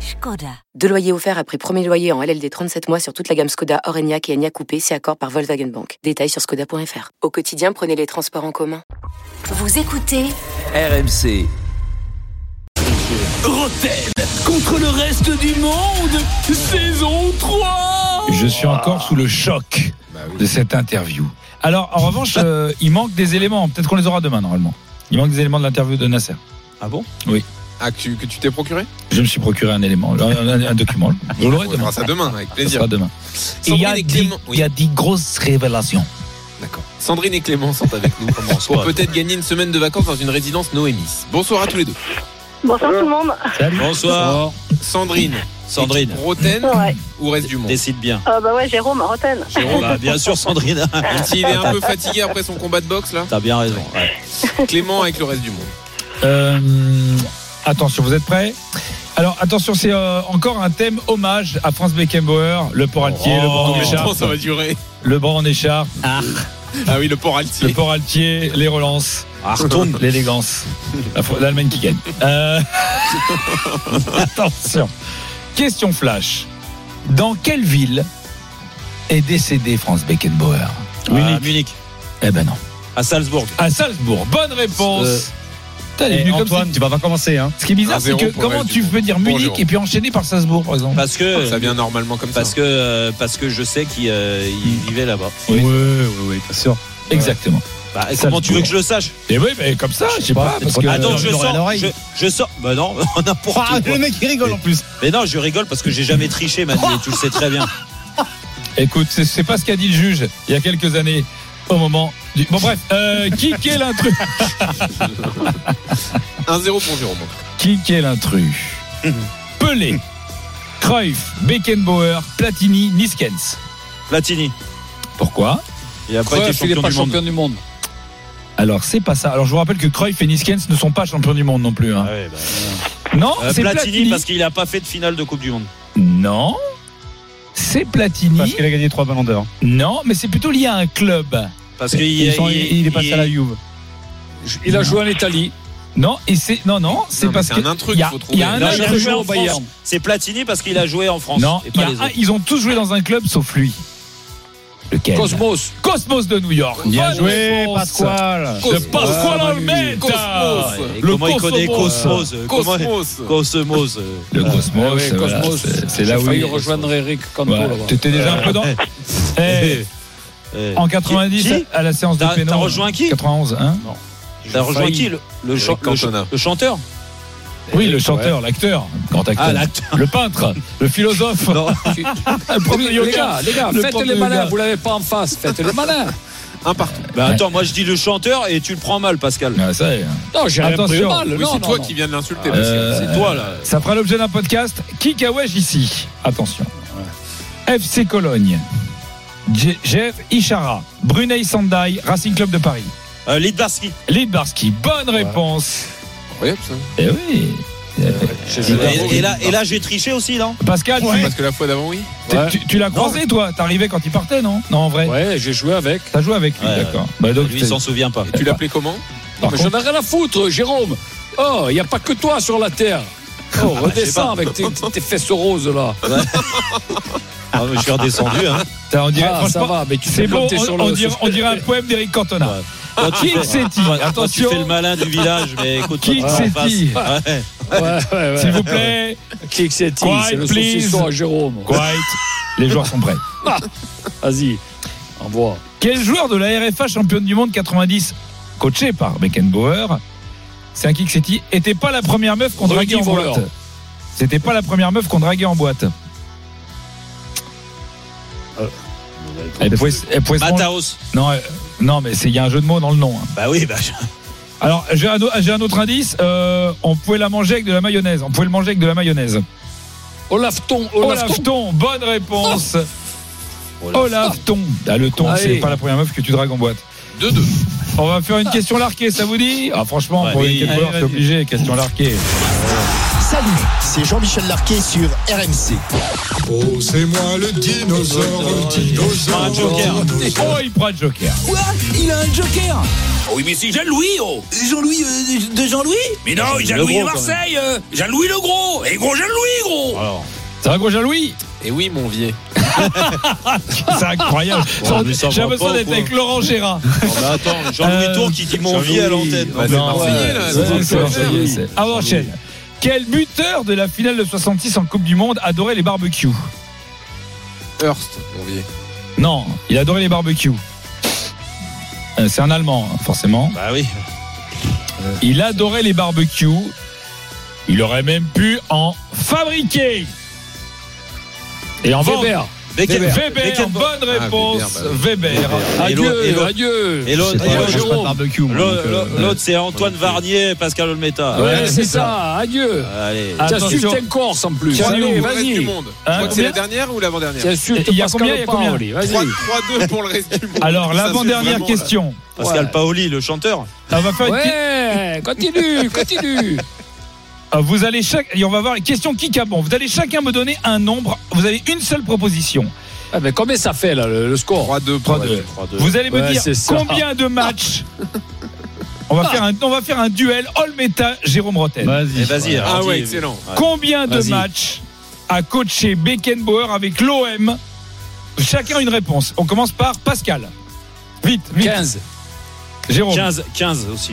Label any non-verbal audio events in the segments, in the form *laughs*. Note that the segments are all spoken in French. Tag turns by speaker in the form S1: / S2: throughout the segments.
S1: Skoda. Deux loyers offerts après premier loyer en LLD 37 mois sur toute la gamme Skoda, Orenia et Enya Coupé, c'est accord par Volkswagen Bank. Détails sur skoda.fr. Au quotidien, prenez les transports en commun.
S2: Vous écoutez
S3: RMC.
S4: Rotel contre le reste du monde, saison 3
S5: Je suis encore sous le choc de cette interview. Alors, en *laughs* revanche, euh, il manque des éléments. Peut-être qu'on les aura demain, normalement. Il manque des éléments de l'interview de Nasser.
S6: Ah bon
S5: Oui.
S7: Ah, que tu que tu t'es procuré
S5: Je me suis procuré un élément, un, un- un document. Je l'aurai
S7: On
S5: demain.
S7: fera ça demain, avec
S5: Ça
S7: plaisir.
S5: sera demain. Et il y,
S7: Sandrine
S5: a
S7: et
S5: dix-
S7: Clément.
S5: il y a dix grosses révélations.
S7: D'accord. Sandrine et Clément sont avec
S5: *laughs*
S7: nous pour peut-être gagner une semaine de vacances dans une résidence Noémis. Bonsoir à tous les deux.
S8: Bonsoir tout le monde.
S5: Salut.
S6: Bonsoir.
S7: Sandrine,
S6: Sandrine,
S7: équipe Roten
S8: Ah, Ouais.
S7: ou reste du monde
S6: décide bien.
S8: Euh, bah ouais, Jérôme, Roten.
S6: Bah, bien sûr, Sandrine.
S7: Il
S5: *laughs*
S7: est un peu fatigué après son combat de boxe là.
S6: T'as bien raison. ouais.
S7: Clément avec le reste du monde.
S5: Oh, Euh, attention, vous êtes prêts Alors, attention, c'est euh, encore un thème hommage à Franz Beckenbauer, le poraltier,
S6: Oh,
S5: le bord en
S7: Mais je pense
S5: écharpe,
S7: que ça va durer.
S5: le bord en écharpe,
S7: Ah oui, le port altier.
S5: le poraltier, les relances,
S6: Ah, retourne.
S5: *laughs* l'élégance. La Fr- L'Allemagne qui gagne. Euh, *laughs* attention. Question flash. Dans quelle ville est décédé Franz Beckenbauer
S6: À Munich.
S5: Eh ben non.
S6: À Salzbourg.
S5: À Salzbourg. Bonne réponse.
S6: Euh,
S5: Putain, elle est venue comme ça.
S9: tu vas pas commencer, hein
S5: Ce qui est bizarre,
S7: Un
S5: c'est
S7: zéro
S5: que
S7: pour
S5: comment
S7: elle,
S5: tu
S7: du
S5: peux
S7: coup.
S5: dire
S7: Bon
S5: Munich
S7: zéro.
S5: et puis enchaîner par Salzbourg, par exemple
S6: Parce que.
S7: Ça vient normalement comme
S6: Parce
S7: ça. *laughs*
S6: que, euh, parce que je sais qu'il euh, il vivait là-bas.
S9: Oui, oui, oui, bien sûr.
S5: Exactement.
S6: Bah, comment tu veux que je le sache
S5: Et oui, mais comme ça, je sais pas, parce que. euh,
S6: Ah donc je
S9: L'oreille à
S6: sors.
S9: l'oreille.
S6: Je, je sors. Bah non, *laughs* n'importe
S9: Ah,
S6: quoi.
S9: le mec il rigole en plus.
S6: Mais non, je rigole parce que j'ai jamais triché, Manu, et tu le sais très bien.
S5: Écoute, c'est- c'est pas ce qu'a dit le juge il y a quelques années, au moment du. Bon, bref, euh, qui est l'intrus
S7: 1-0 pour Jérôme.
S5: Qui est l'intrus Pelé, Cruyff, Beckenbauer, Platini, Niskens.
S6: Platini.
S5: Pourquoi
S6: Il a pas été champion du monde.
S9: du monde.
S5: alors c'est pas ça. Alors je vous rappelle que Cruyff et Niskens ne sont pas champions du monde non plus. hein.
S6: Ah ouais, bah,
S5: Non,
S6: euh,
S5: c'est
S6: Platini,
S5: Platini.
S6: parce qu'il a pas fait de finale de Coupe du Monde.
S5: Non, c'est
S9: Parce
S5: Platini.
S9: qu'il a gagné 3 ballons d'or.
S5: Non, mais c'est plutôt lié à un club.
S6: Parce qu'il
S9: Ils sont- Il, il est passé à la Juve.
S5: Il a joué
S9: en Italie.
S5: Non, et c'est non non, c'est
S7: Non, mais
S5: parce
S7: c'est
S5: que
S7: un intrus
S5: il y a,
S7: qu'il faut
S5: il y a
S7: trouver.
S5: un
S6: Non,
S5: autre
S6: il a joué
S5: joueur
S6: en
S5: au
S6: France.
S5: Bayern.
S6: C'est Platini parce qu'il a joué en France.
S5: Non,
S6: et
S5: il y
S6: pas
S5: a
S6: les
S5: un-
S6: autres.
S5: ils ont tous joué dans un club sauf lui. Lequel Cosmos. Cosmos de New York.
S9: Bien
S5: Bonne
S9: joué,
S5: réponse.
S9: Pasquale.
S5: De
S7: Cosmos.
S5: Pasquale
S9: Ah,
S5: Almeida.
S7: Cosmos.
S6: Et
S5: Le
S6: comment il connaît
S5: Cosmos.
S6: Cosmos euh, comment-
S7: Cosmos.
S6: Cosmos. euh,
S5: Le Cosmos. voilà, c'est- c'est là où il
S9: Eric
S5: Voilà, T'étais déjà un peu dans. Eh,
S6: euh,
S5: en 90,
S6: Qui
S5: à la séance de
S6: T'as-
S5: pénal.
S6: t'as rejoint qui
S5: 91, hein
S6: T'as rejoint qui le, le chan-
S7: Eric Cantona.
S6: le ch- le chanteur
S5: Oui, le chanteur, l'acteur, grand acteur.
S6: Ah, l'acteur.
S5: Le peintre, le philosophe.
S6: Non.
S5: le prof de yoga.
S9: les gars,
S5: Le faites propre les malins, yoga. vous
S9: l'avez pas en face, faites les malins.
S7: Un partout.
S6: Bah attends, moi je dis le chanteur et tu le prends mal, Pascal.
S5: Ah, ça, euh,
S9: Non, j'ai
S5: rien pris au mal,
S7: Oui, c'est toi qui viens de l'insulter. parce que
S5: Euh,
S7: c'est toi là.
S5: Ça fera l'objet d'un podcast. Qui Kawaj ici Attention. FC Cologne. Dje- Jeff Ishara, Brunei Sandai, Racing Club de Paris.
S6: Euh, Lidbarski.
S5: Lidbarski, bonne réponse.
S7: Incroyable ça.
S5: Eh oui.
S6: Et, et là, et là j'ai triché aussi, non
S5: Pascal, tu-
S7: Parce que la fois d'avant, oui.
S5: t'es- tu, tu l'as croisé toi T'arrivais quand il partait, non Non, en vrai.
S9: Ouais, j'ai joué avec.
S5: T'as joué avec lui,
S6: Ouais,
S5: d'accord. Bah, donc,
S6: Lui
S5: t'es-
S6: il s'en souvient pas.
S7: Tu l'appelais comment
S5: par
S9: Mais
S5: contre-
S9: J'en ai rien à foutre, Jérôme. Oh, il n'y a pas que toi sur la terre.
S5: Ah,
S9: Oh, redescends avec tes, tes fesses roses là.
S6: Ah, mais je suis redescendu.
S5: *laughs*
S6: Hein.
S5: T'as- on dirait,
S9: Ah, ça
S5: franchement,
S9: va, mais tu
S5: c'est
S9: t'es
S5: bon,
S9: planté
S5: on,
S9: sur le.
S5: on dirait, on
S9: *laughs*
S5: dirait un poème d'Eric Cantona. Qui c'est-il
S6: Quand- quand
S5: Attention.
S6: tu fais le malin du village,
S5: *laughs*
S6: mais écoute,
S5: Qui
S6: toi, tu
S5: c'est
S6: en face.
S5: qui
S6: Ouais.
S9: Ouais, ouais, ouais.
S5: S'il vous plaît,
S9: *laughs* Qui que c'est-il
S5: Quiet,
S9: C'est le
S5: please.
S9: saucisson à Jérôme.
S5: quiet. *laughs* Les joueurs sont prêts.
S9: Vas-y, envoie.
S5: Quel joueur de la RFA championne du monde 90, coaché par Beckenbauer, c'est un kick city, était pas la première meuf qu'on
S9: Rudy
S5: draguait en
S9: Voleur.
S5: boîte C'était pas la première meuf qu'on draguait en boîte. Elle pouvait, elle pouvait se manger-
S6: Mataos.
S5: non, euh, non, mais c'est- il y a un jeu de mots dans le nom. hein.
S6: Bah oui, bah, je-
S5: Alors, j'ai un, au- j'ai un autre indice. euh, on pouvait la manger avec de la mayonnaise. On pouvait le manger avec de la mayonnaise.
S9: Olaf Ton, Olaf Ton.
S5: Olafton, bonne réponse.
S6: Oh, Olaf.
S5: Olafton. Ah, le ton, c'est
S9: Allez.
S5: pas la première meuf que tu dragues en boîte.
S7: 2-2.
S5: On va faire une question larquée, ça vous dit Ah franchement,
S6: Ouais,
S5: pour
S6: oui.
S5: les
S6: Allez,
S5: footballeurs, c'est
S6: vas-y.
S5: obligé, question larquée.
S2: Salut, c'est Jean-Michel Larquet sur RMC.
S3: Oh, c'est moi le dinosaure, le dinosaure.
S6: Un joker.
S5: Oh, il prend le joker.
S4: Quoi Il a un joker Oui, mais c'est Jean-Louis, oh Jean-Louis euh, de Jean-Louis Mais non, Jean-Louis de
S6: gros, quand
S4: Marseille euh, Jean-Louis le gros Et gros Jean-Louis, gros
S6: Alors,
S5: Ça va, gros Jean-Louis
S7: Et oui, mon vieux.
S5: C'est
S6: *laughs*
S5: incroyable.
S6: Bon,
S5: Sans-
S6: mais ça
S5: J'ai
S6: va
S5: l'impression
S6: pas,
S5: d'être
S6: quoi.
S5: avec Laurent Gérard.
S6: oh, mais attends, Jean-Louis
S5: Euh,
S6: Tour qui dit mon vie
S5: Jean-Louis,
S6: à l'antenne.
S5: bah, c'est Marseillais,
S6: ouais,
S5: là,
S6: ouais,
S5: c'est
S6: ouais,
S5: Marseillais.
S6: ouais.
S9: Marseillais, c'est-
S5: Ah, on enchaîne. Quel buteur de la finale de 66 en Coupe du Monde adorait les barbecues
S7: Hearst, mon vieux.
S5: Non, il adorait les barbecues. Euh, C'est un Allemand, forcément.
S6: Bah oui.
S5: Il adorait les barbecues. Il aurait même pu en fabriquer. Et en vendre.
S9: Weber.
S5: Weber,
S6: Beckenbauer. Beckenbauer.
S5: bonne réponse.
S9: bah
S7: Ah,
S5: Weber.
S6: Et l'autre- et
S9: Adieu,
S6: l'autre-
S9: adieu.
S6: et l'autre-
S9: C'est pas
S6: et
S9: vrai,
S6: l'autre-
S9: je mange pas de barbecue, moi,
S6: L'autre,
S9: donc, euh,
S6: l'autre, l'autre, c'est Antoine Varnier et Pascal Olmeta.
S9: Ouais,
S5: Ah Ouais, c'est
S9: c'est ça, adieu.
S6: Allez.
S5: Ah,
S9: Tiens,
S5: Attention.
S9: suivre tes Corse en plus.
S5: Tiens,
S9: Allez,
S5: nous,
S7: Reste du
S9: vas-y.
S7: monde.
S5: Hein,
S7: Je crois que c'est la
S5: combien
S7: dernière ou l'avant-dernière
S9: Tiens, suivre
S5: Il y a
S9: Pascal
S5: combien, il y a combien
S9: Paoli, Vas-y.
S7: 3-2 pour le reste du monde.
S5: Alors,
S7: Ça, c'est
S5: l'avant-dernière
S7: vraiment,
S5: question.
S6: Pascal
S9: ouais.
S6: Paoli, le chanteur.
S5: On va faire une petite-
S9: euh, Ouais,
S5: *laughs*
S9: continue, continue.
S5: Ah, Vous allez chaque, et on va voir une question qui Bon, vous allez chacun me donner un nombre. Vous avez une seule proposition.
S9: Ah, mais combien ça fait là le, le score
S7: 3-2 pour le
S5: 3-2.
S7: reste.
S5: Vous allez me
S9: Ouais,
S5: dire
S9: c'est ça.
S5: combien de
S9: *laughs*
S5: matchs. on va faire un, on va faire un duel Olmeta Jérôme Rotten.
S6: Et vas-y.
S7: Ah
S6: alors,
S7: ouais,
S6: dis-
S7: excellent.
S5: Combien de
S9: Vas-y.
S5: matchs a coaché Beckenbauer avec l'OM Chacun une réponse. On commence par Pascal. Vite, vite.
S9: 15.
S5: Jérôme.
S6: 15, 15 aussi.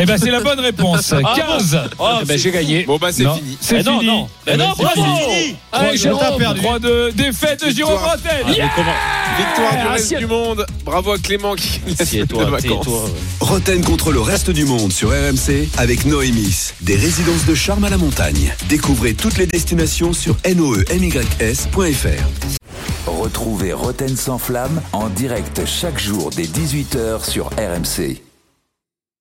S5: Eh ben c'est la bonne réponse. 15.
S9: Ah, ben, j'ai gagné.
S7: Bon bah c'est
S5: Non,
S7: fini.
S5: C'est
S9: Eh non,
S5: fini.
S9: non.
S5: Eh ben, c'est fini.
S9: Allez, Jérôme.
S5: 3-2, défaite de Jérôme
S7: Victoire.
S5: Rotten.
S6: Ah, mais comment
S7: Victoire
S5: Ah,
S7: du reste
S9: assiette.
S7: du monde. Bravo à Clément qui gagne la
S6: Si, et
S7: semaine
S6: toi,
S7: de
S6: t'es- et
S7: vacances.
S6: toi. ouais.
S10: Roten contre le reste du monde sur RMC avec Noémis. Des résidences de charme à la montagne. Découvrez toutes les destinations sur E noemys.fr.
S4: Retrouvez Roten sans flamme en direct chaque jour dès 18h sur RMC.